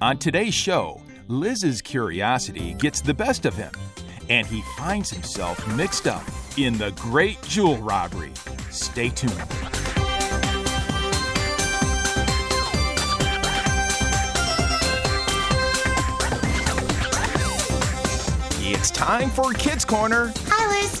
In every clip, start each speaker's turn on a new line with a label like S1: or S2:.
S1: On today's show, Liz's curiosity gets the best of him, and he finds himself mixed up in the great jewel robbery. Stay tuned. It's time for Kids Corner
S2: Hi, Liz.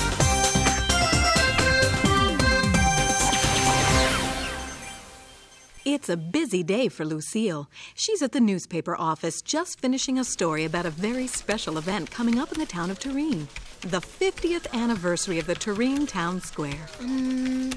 S3: It's a busy day for Lucille. She's at the newspaper office just finishing a story about a very special event coming up in the town of Turin. The 50th anniversary of the Turin Town Square.
S4: And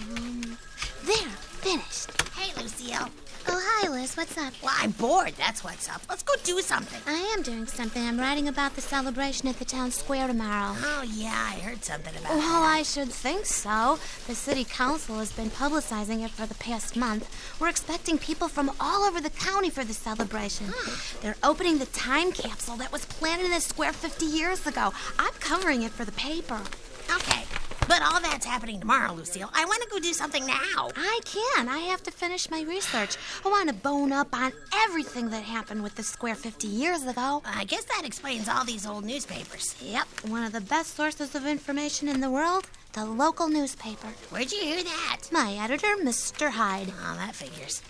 S4: um, there, finished.
S2: Hey, Lucille.
S4: Oh, hi, Liz. What's up?
S2: Well, I'm bored. That's what's up. Let's go do something.
S4: I am doing something. I'm writing about the celebration at the town square tomorrow.
S2: Oh, yeah, I heard something about it.
S4: Well, I should think so. The city council has been publicizing it for the past month. We're expecting people from all over the county for the celebration. They're opening the time capsule that was planted in the square 50 years ago. I'm covering it for the paper.
S2: Okay, but all that's happening tomorrow, Lucille. I want to go do something now.
S4: I can. I have to finish my research. I want to bone up on everything that happened with the square 50 years ago.
S2: I guess that explains all these old newspapers.
S4: Yep, one of the best sources of information in the world the local newspaper.
S2: Where'd you hear that?
S4: My editor, Mr. Hyde.
S2: Oh, that figures.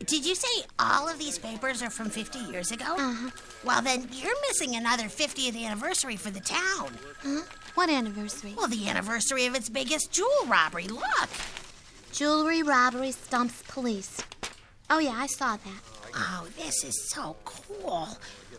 S2: Did you say all of these papers are from 50 years ago? Uh-huh. Well, then you're missing another 50th anniversary for the town.
S4: What anniversary?
S2: Well, the anniversary of its biggest jewel robbery. Look.
S4: Jewelry robbery stumps police. Oh, yeah, I saw that.
S2: Oh, this is so cool.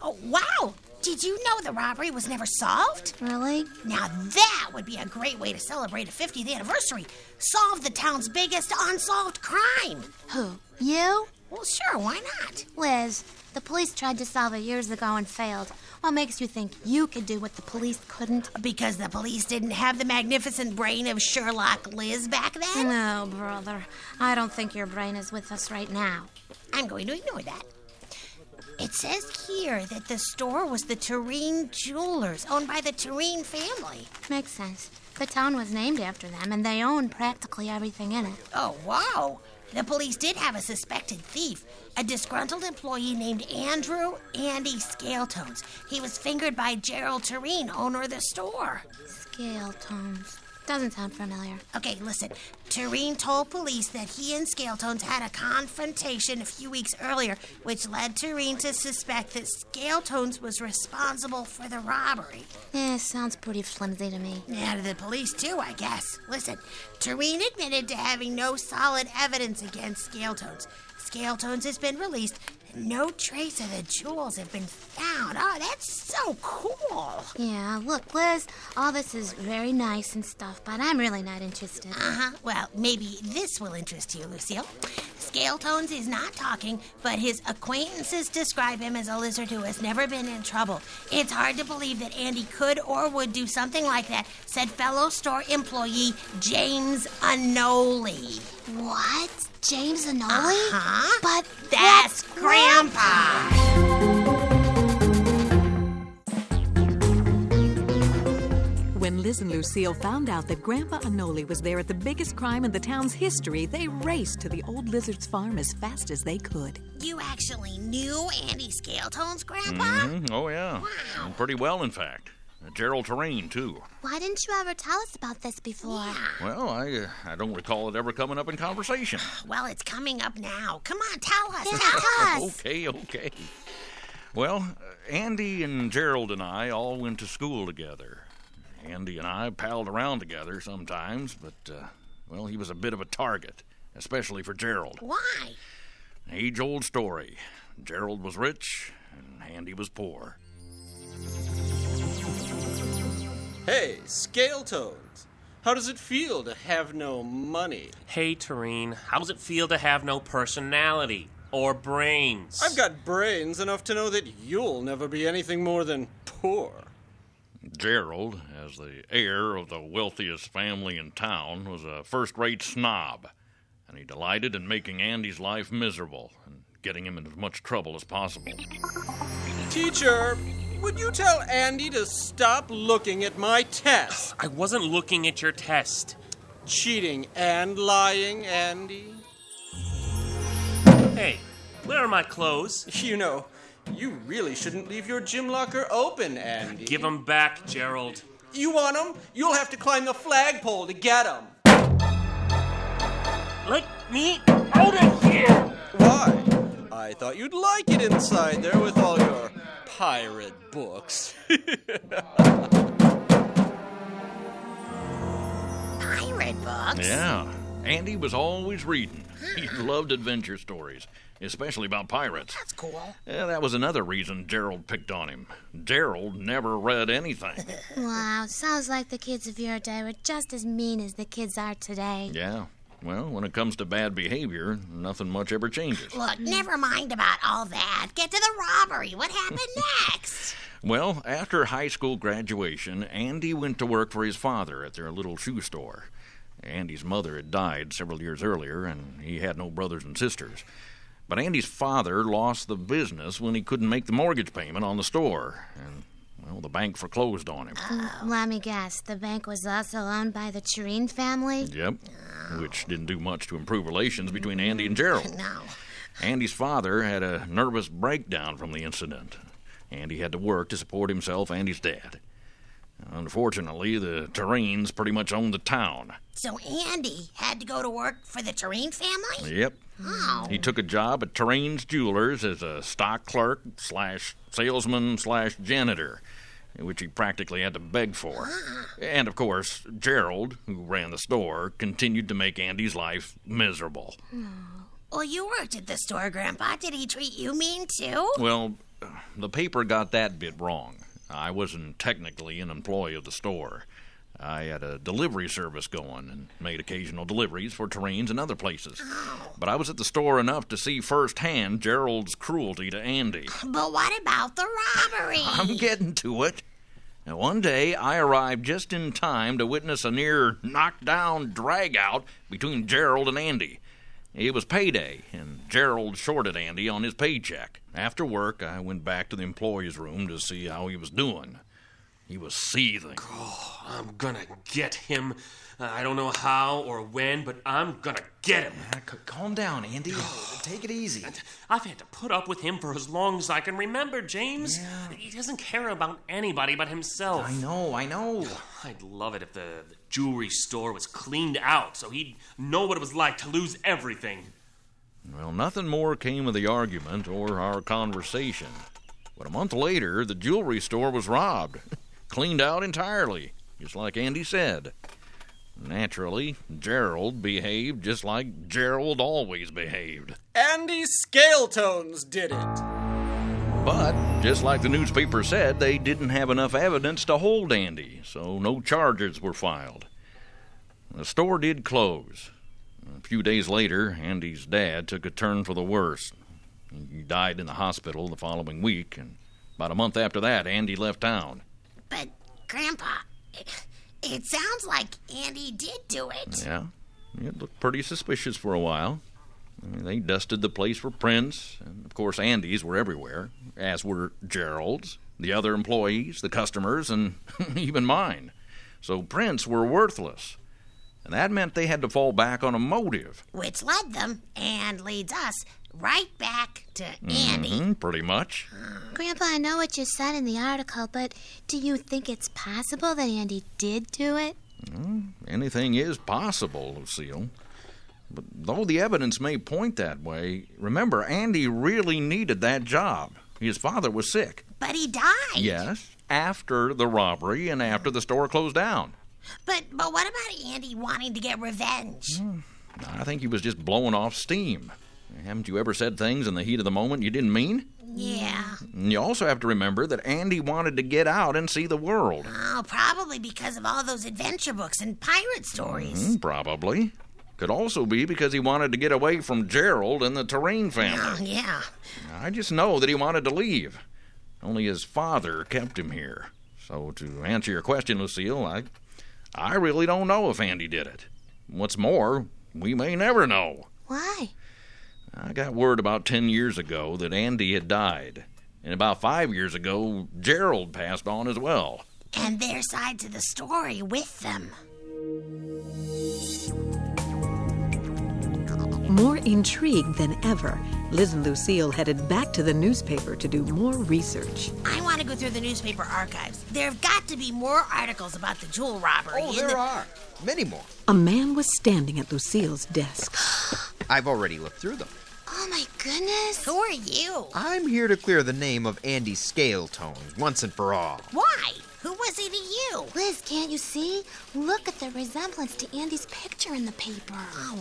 S2: Oh, wow. Did you know the robbery was never solved?
S4: Really?
S2: Now, that would be a great way to celebrate a 50th anniversary. Solve the town's biggest unsolved crime.
S4: Who? You?
S2: Well, sure, why not?
S4: Liz, the police tried to solve it years ago and failed. What makes you think you could do what the police couldn't?
S2: Because the police didn't have the magnificent brain of Sherlock Liz back then?
S4: No, brother. I don't think your brain is with us right now.
S2: I'm going to ignore that. It says here that the store was the Tureen Jewelers, owned by the Tureen family.
S4: Makes sense. The town was named after them, and they own practically everything in it.
S2: Oh, wow. The police did have a suspected thief, a disgruntled employee named Andrew Andy Scaletones. He was fingered by Gerald Tureen, owner of the store.
S4: Scale tones. Doesn't sound familiar.
S2: Okay, listen. Tureen told police that he and Scaletones had a confrontation a few weeks earlier, which led Tureen to suspect that Scaletones was responsible for the robbery.
S4: Eh, sounds pretty flimsy to me.
S2: Yeah, to the police too, I guess. Listen, Tureen admitted to having no solid evidence against Scaletones. Scaletones has been released, and no trace of the jewels have been found. Oh, that's so cool.
S4: Yeah, look, Liz, all this is very nice and stuff, but I'm really not interested.
S2: Uh-huh. Well, maybe this will interest you, Lucille. Scaletones is not talking, but his acquaintances describe him as a lizard who has never been in trouble. It's hard to believe that Andy could or would do something like that, said fellow store employee James Anoli.
S4: What? James Anoli?
S2: Huh?
S4: But
S2: Uh-huh. That's Grandpa.
S3: When Liz and Lucille found out that Grandpa Anoli was there at the biggest crime in the town's history, they raced to the old lizard's farm as fast as they could.
S2: You actually knew Andy Scaletone's Grandpa?
S5: Mm, Oh, yeah. Pretty well, in fact. Uh, Gerald Terrain, too.
S4: Why didn't you ever tell us about this before?
S5: Well, I uh, I don't recall it ever coming up in conversation.
S2: Well, it's coming up now. Come on, tell us.
S4: Yeah,
S2: tell us.
S4: tell us.
S5: Okay, okay. Well, uh, Andy and Gerald and I all went to school together. Andy and I palled around together sometimes, but, uh, well, he was a bit of a target, especially for Gerald.
S2: Why?
S5: Age old story. Gerald was rich, and Andy was poor.
S6: Hey, Scale Tones! How does it feel to have no money?
S7: Hey, Tareen, how does it feel to have no personality or brains?
S6: I've got brains enough to know that you'll never be anything more than poor.
S5: Gerald, as the heir of the wealthiest family in town, was a first rate snob, and he delighted in making Andy's life miserable and getting him in as much trouble as possible.
S6: Teacher, would you tell Andy to stop looking at my test?
S7: I wasn't looking at your test.
S6: Cheating and lying, Andy.
S7: Hey, where are my clothes?
S6: You know, you really shouldn't leave your gym locker open, Andy.
S7: Give 'em back, Gerald.
S6: You want 'em? You'll have to climb the flagpole to get 'em.
S7: Let me out of here!
S6: Why? I thought you'd like it inside there with all your pirate books.
S2: Pirate books?
S5: Yeah, Andy was always reading. He loved adventure stories, especially about pirates.
S2: That's cool.
S5: Yeah, that was another reason Gerald picked on him. Gerald never read anything.
S4: Wow, sounds like the kids of your day were just as mean as the kids are today.
S5: Yeah. Well, when it comes to bad behavior, nothing much ever changes.
S2: Look, never mind about all that. Get to the robbery. What happened next?
S5: Well, after high school graduation, Andy went to work for his father at their little shoe store. Andy's mother had died several years earlier, and he had no brothers and sisters. But Andy's father lost the business when he couldn't make the mortgage payment on the store, and, well, the bank foreclosed on him.
S4: Let me guess, the bank was also owned by the Turin family?
S5: Yep. Which didn't do much to improve relations between Andy and Gerald.
S2: No.
S5: Andy's father had a nervous breakdown from the incident. Andy had to work to support himself and his dad. Unfortunately, the Terrains pretty much owned the town.
S2: So Andy had to go to work for the Terrain family?
S5: Yep.
S2: Oh.
S5: He took a job at Terrains Jewelers as a stock clerk slash salesman slash janitor, which he practically had to beg for. And of course, Gerald, who ran the store, continued to make Andy's life miserable.
S2: Well, you worked at the store, Grandpa. Did he treat you mean too?
S5: Well, the paper got that bit wrong. I wasn't technically an employee of the store. I had a delivery service going and made occasional deliveries for terrains and other places. But I was at the store enough to see firsthand Gerald's cruelty to Andy.
S2: But what about the robbery?
S5: I'm getting to it. Now, one day I arrived just in time to witness a near knockdown dragout between Gerald and Andy. It was payday, and Gerald shorted Andy on his paycheck. After work, I went back to the employee's room to see how he was doing. He was seething.
S7: I'm gonna get him. Uh, I don't know how or when, but I'm gonna get him.
S8: Calm down, Andy. Take it easy.
S7: I've had to put up with him for as long as I can remember, James. He doesn't care about anybody but himself.
S8: I know, I know.
S7: I'd love it if the, the jewelry store was cleaned out so he'd know what it was like to lose everything.
S5: Well, nothing more came of the argument or our conversation. But a month later, the jewelry store was robbed, cleaned out entirely, just like Andy said. Naturally, Gerald behaved just like Gerald always behaved.
S6: Andy Scaletones did it.
S5: But, just like the newspaper said, they didn't have enough evidence to hold Andy, so no charges were filed. The store did close. A few days later, Andy's dad took a turn for the worse. He died in the hospital the following week, and about a month after that, Andy left town.
S2: But, Grandpa, it, it sounds like Andy did do it.
S5: Yeah, it looked pretty suspicious for a while. I mean, They dusted the place for prints, and of course, Andy's were everywhere, as were Gerald's, the other employees, the customers, and even mine. So prints were worthless. And that meant they had to fall back on a motive,
S2: Which led them and leads us right back to Andy.
S5: hmm, pretty much.
S4: Grandpa, I know what you said in the article, but do you think it's possible that Andy did do it?
S5: Anything is possible, Lucille. But though the evidence may point that way, remember, Andy really needed that job. His father was sick.
S2: But he died.
S5: Yes, after the robbery and after the store closed down.
S2: But but what about Andy wanting to get revenge?
S5: I think he was just blowing off steam. Haven't you ever said things in the heat of the moment you didn't mean?
S2: Yeah.
S5: And you also have to remember that Andy wanted to get out and see the world.
S2: Oh, probably because of all those adventure books and pirate stories.
S5: Hmm, Probably. Could also be because he wanted to get away from Gerald and the Terrain
S2: Oh,
S5: family.
S2: yeah.
S5: I just know that he wanted to leave. Only his father kept him here. So to answer your question, Lucille, I, I really don't know if Andy did it. What's more, we may never know.
S4: Why?
S5: I got word about 10 years ago that Andy had died. And about five years ago, Gerald passed on as well.
S2: And their side to the story with them.
S3: More intrigued than ever, Liz and Lucille headed back to the newspaper to do more research.
S2: I want to go through the newspaper archives. There have got to be more articles about the jewel robbery.
S1: Oh,
S2: in
S1: there
S2: the-
S1: are. Many more.
S3: A man was standing at Lucille's desk.
S1: I've already looked through them.
S4: Oh my goodness.
S2: Who are you?
S1: I'm here to clear the name of Andy Scaletones once and for all.
S2: Why? Who was he to you?
S4: Liz, can't you see? Look at the resemblance to Andy's picture in the paper.
S2: Oh,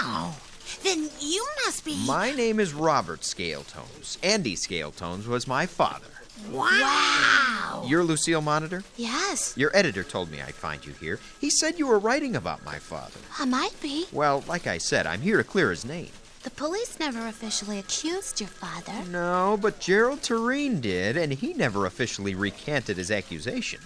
S2: wow. Then you must be.
S1: My name is Robert Scaletones. Andy Scaletones was my father.
S2: wow.
S1: You're Lucille Monitor?
S4: Yes,
S1: Your editor told me I'd find you here. He said you were writing about my father.
S4: I might be.
S1: Well, like I said, I'm here to clear his name.
S4: The police never officially accused your father.
S1: No, but Gerald Tureen did, and he never officially recanted his accusation.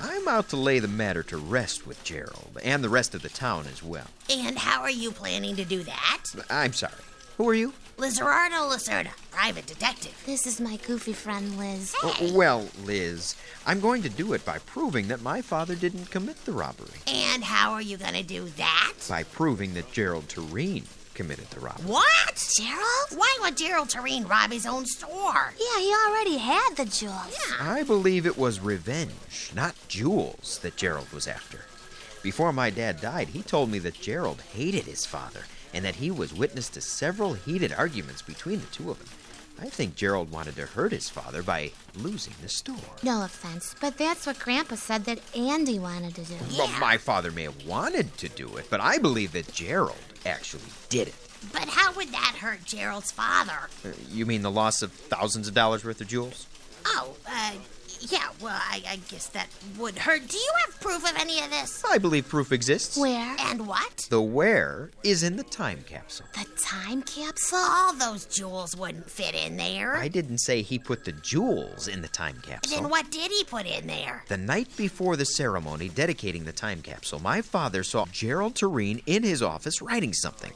S1: I'm out to lay the matter to rest with Gerald, and the rest of the town as well.
S2: And how are you planning to do that?
S1: I'm sorry. Who are you?
S2: Lizardo Lacerda, private detective.
S4: This is my goofy friend, Liz.
S1: Oh, Well, Liz, I'm going to do it by proving that my father didn't commit the robbery.
S2: And how are you going to do that?
S1: By proving that Gerald Tureen committed the robbery.
S2: What?
S4: Gerald?
S2: Why would Gerald Tereen rob his own store?
S4: Yeah, he already had the jewels.
S1: I believe it was revenge, not jewels, that Gerald was after. Before my dad died, he told me that Gerald hated his father and that he was witness to several heated arguments between the two of them. I think Gerald wanted to hurt his father by losing the store.
S4: No offense, but that's what Grandpa said that Andy wanted to do.
S1: Well, my father may have wanted to do it, but I believe that Gerald actually did it.
S2: But how would that hurt Gerald's father?
S1: Uh, You mean the loss of thousands of dollars worth of jewels?
S2: Oh, uh, yeah, well, I, I guess that would hurt. Do you have proof of any of this?
S1: I believe proof exists.
S4: Where?
S2: And what?
S1: The where is in the time capsule.
S4: The time capsule?
S2: All those jewels wouldn't fit in there.
S1: I didn't say he put the jewels in the time capsule.
S2: Then what did he put in there?
S1: The night before the ceremony dedicating the time capsule, my father saw Gerald Tureen in his office writing something.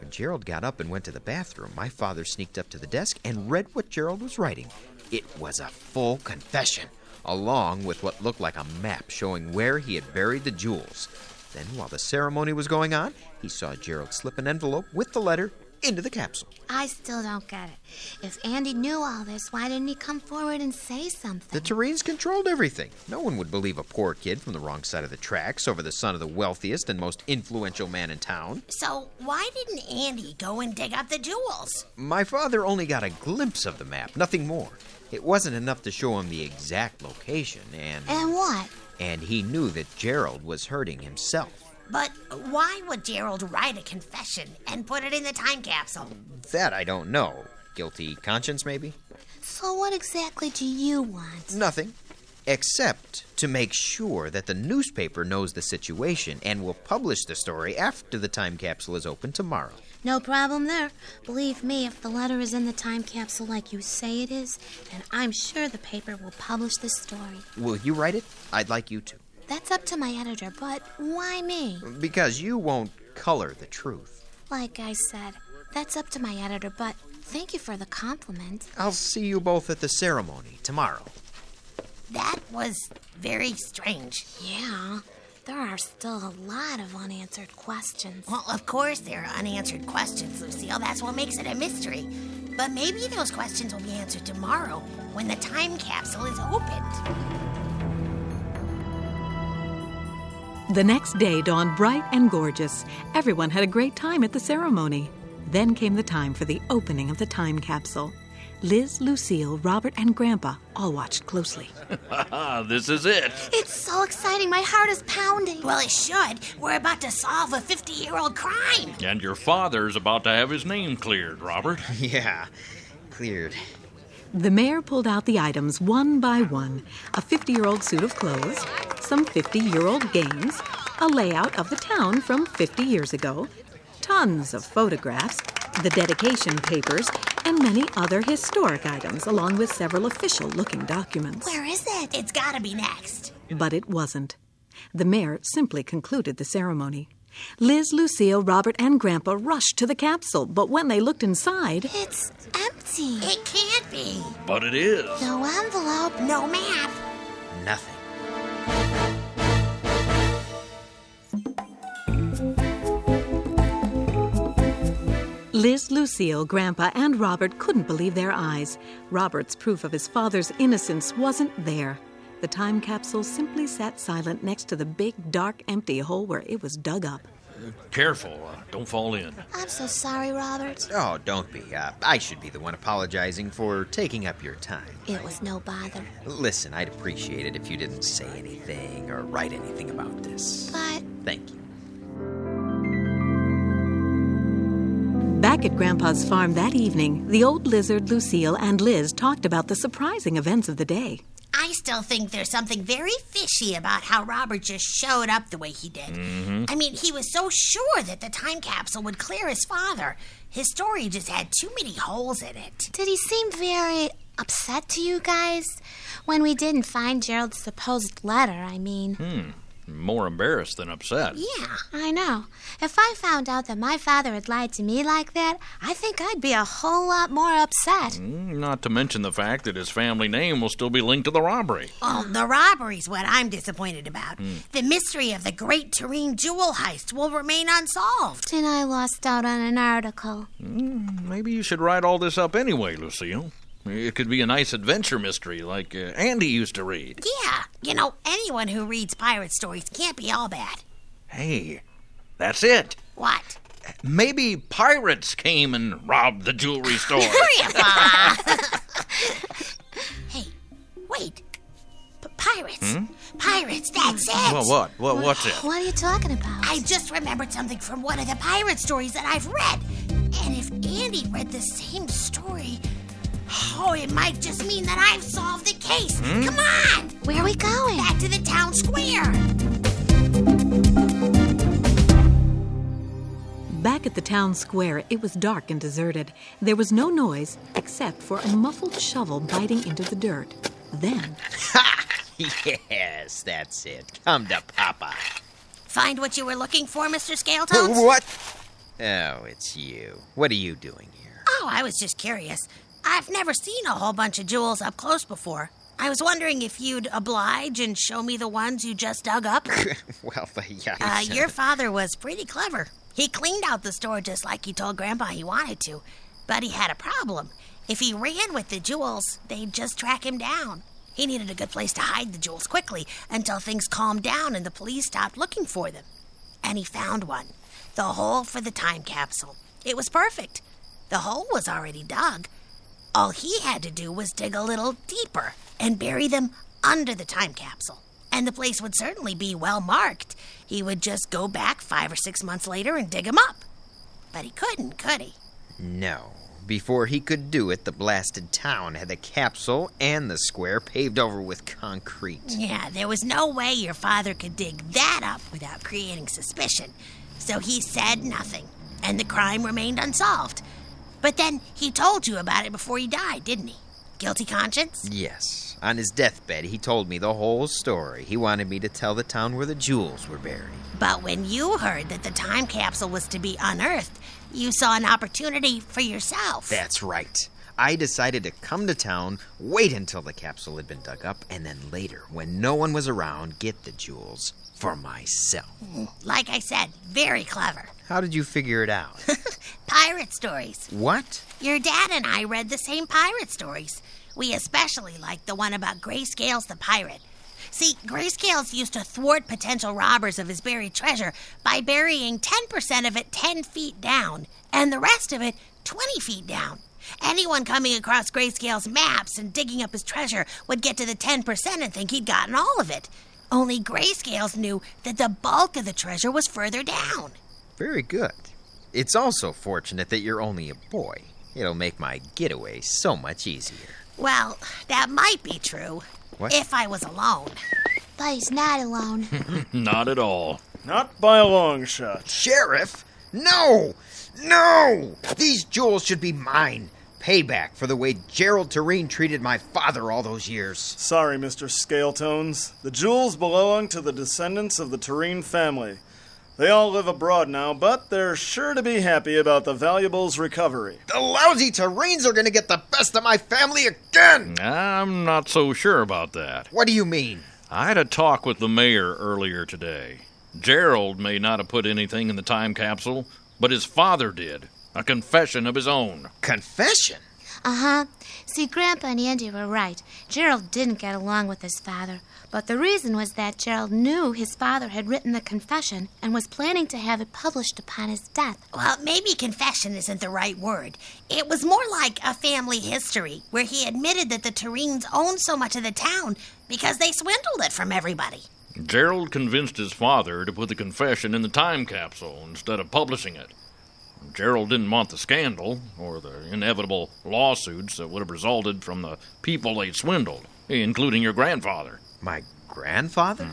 S1: When Gerald got up and went to the bathroom, my father sneaked up to the desk and read what Gerald was writing. It was a full confession, along with what looked like a map showing where he had buried the jewels. Then, while the ceremony was going on, he saw Gerald slip an envelope with the letter into the capsule.
S4: I still don't get it. If Andy knew all this, why didn't he come forward and say
S1: The
S4: something?
S1: Tureens controlled everything. No one would believe a poor kid from the wrong side of the tracks over the son of the wealthiest and most influential man in town.
S2: So, why didn't Andy go and dig up the jewels?
S1: My father only got a glimpse of the map, nothing more. It wasn't enough to show him the exact location, and.
S4: And what?
S1: And he knew that Gerald was hurting himself.
S2: But why would Gerald write a confession and put it in the time capsule?
S1: That I don't know. Guilty conscience, maybe?
S4: So, what exactly do you want?
S1: Nothing. Except to make sure that the newspaper knows the situation and will publish the story after the time capsule is open tomorrow.
S4: No problem there. Believe me, if the letter is in the time capsule like you say it is, then I'm sure the paper will publish the story.
S1: Will you write it? I'd like you to.
S4: That's up to my editor, but why me?
S1: Because you won't color the truth.
S4: Like I said, that's up to my editor, but thank you for the compliment.
S1: I'll see you both at the ceremony tomorrow.
S2: That was very strange.
S4: Yeah, there are still a lot of unanswered questions.
S2: Well, of course, there are unanswered questions, Lucille. That's what makes it a mystery. But maybe those questions will be answered tomorrow when the time capsule is opened.
S3: The next day dawned bright and gorgeous. Everyone had a great time at the ceremony. Then came the time for the opening of the time capsule. Liz, Lucille, Robert, and Grandpa all watched closely.
S5: Ah, this is it.
S4: It's so exciting, my heart is pounding.
S2: Well, it should. We're about to solve a 50 year old crime.
S5: And your father's about to have his name cleared, Robert.
S1: Yeah, cleared.
S3: The mayor pulled out the items one by one a 50 year old suit of clothes, some 50 year old games, a layout of the town from 50 years ago, tons of photographs, the dedication papers, and many other historic items, along with several official looking documents.
S4: Where is it?
S2: It's gotta be next.
S3: But it wasn't. The mayor simply concluded the ceremony. Liz, Lucille, Robert, and Grandpa rushed to the capsule, but when they looked inside,
S4: It's empty.
S2: It can't be.
S5: But it is.
S4: No envelope.
S2: No map.
S8: Nothing.
S3: Liz, Lucille, Grandpa, and Robert couldn't believe their eyes. Robert's proof of his father's innocence wasn't there. The time capsule simply sat silent next to the big, dark, empty hole where it was dug up.
S5: Careful, uh, don't fall in.
S4: I'm so sorry, Robert.
S8: Oh, don't be. Uh, I should be the one apologizing for taking up your time.
S4: It was no bother.
S8: Listen, I'd appreciate it if you didn't say anything or write anything about this.
S4: But
S8: Thank you.
S3: Back at Grandpa's farm that evening, the old lizard, Lucille, and Liz talked about the surprising events of the day.
S2: I still think there's something very fishy about how Robert just showed up the way he did. I mean, he was so sure that the time capsule would clear his father. His story just had too many holes in it.
S4: did he seem very upset to you guys? When we didn't find Gerald's supposed letter, I mean.
S5: More embarrassed than upset.
S2: Yeah.
S4: I know. If I found out that my father had lied to me like that, I think I'd be a whole lot more upset.
S5: Mm, Not to mention the fact that his family name will still be linked to the robbery.
S2: Oh, the robbery's what I'm disappointed about.
S5: Hmm.
S2: The mystery of the great Tureen jewel heist will remain unsolved.
S4: Then I lost out on an article.
S5: Maybe you should write all this up anyway, Lucille. It could be a nice adventure mystery like uh, Andy used to read.
S2: Yeah, you know, anyone who reads pirate stories can't be all bad.
S5: Hey, that's it.
S2: What?
S5: Maybe pirates came and robbed the jewelry store.
S2: Grandpa! hey, wait. P- pirates. Pirates, that's it.
S5: Hmm? well, what? What? What's it?
S4: What are you talking about?
S2: I just remembered something from one of the pirate stories that I've read. And if Andy read the same story, oh, it might just mean that I've solved the case. Come on!
S4: Where are we going?
S2: Back to the town square.
S3: Back at the town square, it was dark and deserted. There was no noise except for a muffled shovel biting into the dirt. Then,
S8: Yes, that's it. Come to Papa.
S2: Find what you were looking for, Mr. Scaletones?
S8: What? Oh, it's you. What are you doing here?
S2: Oh, I was just curious. I've never seen a whole bunch of jewels up close before. I was wondering if you'd oblige and show me the ones you just dug up.
S8: Well, yeah.
S2: Uh, your father was pretty clever. He cleaned out the store just like he told Grandpa he wanted to, but he had a problem. If he ran with the jewels, they'd just track him down. He needed a good place to hide the jewels quickly until things calmed down and the police stopped looking for them. And he found one the hole for the time capsule. It was perfect. The hole was already dug. All he had to do was dig a little deeper and bury them under the time capsule. And the place would certainly be well marked. He would just go back five or six months later and dig 'em up. But he couldn't, could he?
S8: No. Before he could do it, the blasted town had the capsule and the square paved over with concrete.
S2: Yeah, there was no way your father could dig that up without creating suspicion. So he said nothing, and the crime remained unsolved. But then he told you about it before he died, didn't he? Guilty conscience?
S8: Yes. On his deathbed, he told me the whole story. He wanted me to tell the town where the jewels were buried.
S2: But when you heard that the time capsule was to be unearthed, you saw an opportunity for yourself.
S8: That's right. I decided to come to town, wait until the capsule had been dug up, and then later, when no one was around, get the jewels for myself.
S2: Like I said, very clever.
S8: How did you figure it out?
S2: Pirate stories.
S8: what?
S2: Your dad and I read the same pirate stories. We especially liked the one about Grayscales the pirate. See, Grayscales used to thwart potential robbers of his buried treasure by burying 10% of it 10 feet down and the rest of it 20 feet down. Anyone coming across Grayscale's maps and digging up his treasure would get to the 10% and think he'd gotten all of it. Only Grayscales knew that the bulk of the treasure was further down.
S8: Very good. It's also fortunate that you're only a boy. It'll make my getaway so much easier.
S2: Well, that might be true.
S8: What?
S2: If I was alone.
S4: But he's not alone.
S5: Not at all.
S9: Not by a long shot.
S8: Sheriff? No! No! These jewels should be mine. payback for the way Gerald Tureen treated my father all those years.
S9: Sorry, Mr. Scaletones. The jewels belong to the descendants of the Tureen family. They all live abroad now, but they're sure to be happy about the valuables recovery.
S8: The lousy Tureens are going to get the best of my family again!
S5: I'm not so sure about that.
S8: What do you mean?
S5: I had a talk with the mayor earlier today. Gerald may not have put anything in the time capsule, but his father did. A confession of his own.
S8: Confession?
S4: Uh huh. See, Grandpa and Andy were right. Gerald didn't get along with his father. But the reason was that Gerald knew his father had written the confession and was planning to have it published upon his death.
S2: Well, maybe confession isn't the right word. It was more like a family history, where he admitted that the Tureens owned so much of the town because they swindled it from everybody.
S5: Gerald convinced his father to put the confession in the time capsule instead of publishing it. Gerald didn't want the scandal or the inevitable lawsuits that would have resulted from the people they swindled, including your grandfather.
S8: My grandfather?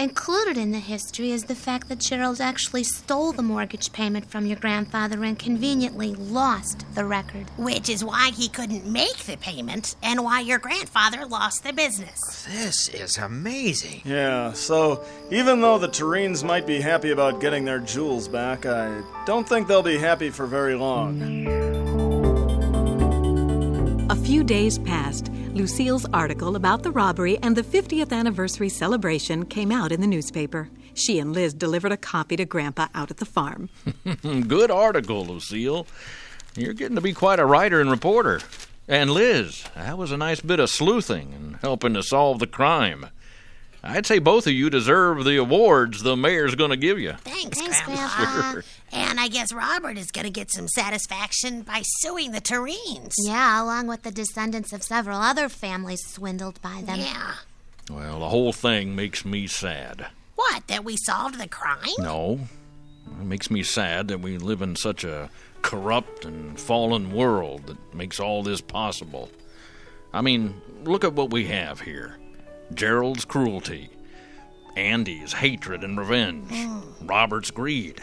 S4: Included in the history is the fact that Gerald actually stole the mortgage payment from your grandfather and conveniently lost the record.
S2: Which is why he couldn't make the payment and why your grandfather lost the business.
S8: This is amazing.
S9: Yeah, so even though the Tureens might be happy about getting their jewels back, I don't think they'll be happy for very long.
S3: A few days passed. Lucille's article about the robbery and the 50th anniversary celebration came out in the newspaper. She and Liz delivered a copy to Grandpa out at the farm.
S5: Good article, Lucille. You're getting to be quite a writer and reporter. And Liz, that was a nice bit of sleuthing and helping to solve the crime. I'd say both of you deserve the awards the mayor's going to give you.
S2: Thanks,
S4: Thanks,
S2: Grandpa.
S4: Grandpa.
S2: And I guess Robert is going to get some satisfaction by suing the Tureens.
S4: Yeah, along with the descendants of several other families swindled by them.
S2: Yeah.
S5: Well, the whole thing makes me sad.
S2: What, that we solved the crime?
S5: No. It makes me sad that we live in such a corrupt and fallen world that makes all this possible. I mean, look at what we have here Gerald's cruelty, Andy's hatred and revenge, Robert's greed.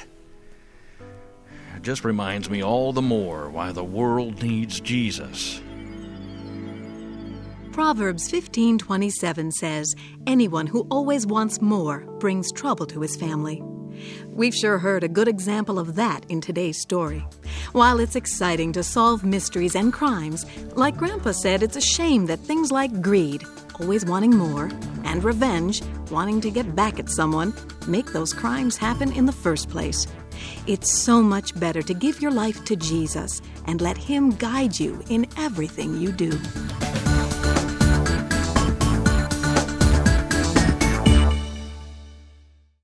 S5: It just reminds me all the more why the world needs Jesus.
S3: Proverbs 15:27 says, "Anyone who always wants more brings trouble to his family." We've sure heard a good example of that in today's story. While it's exciting to solve mysteries and crimes, like Grandpa said, it's a shame that things like greed, always wanting more, and revenge, wanting to get back at someone, make those crimes happen in the first place. It's so much better to give your life to Jesus and let Him guide you in everything you do.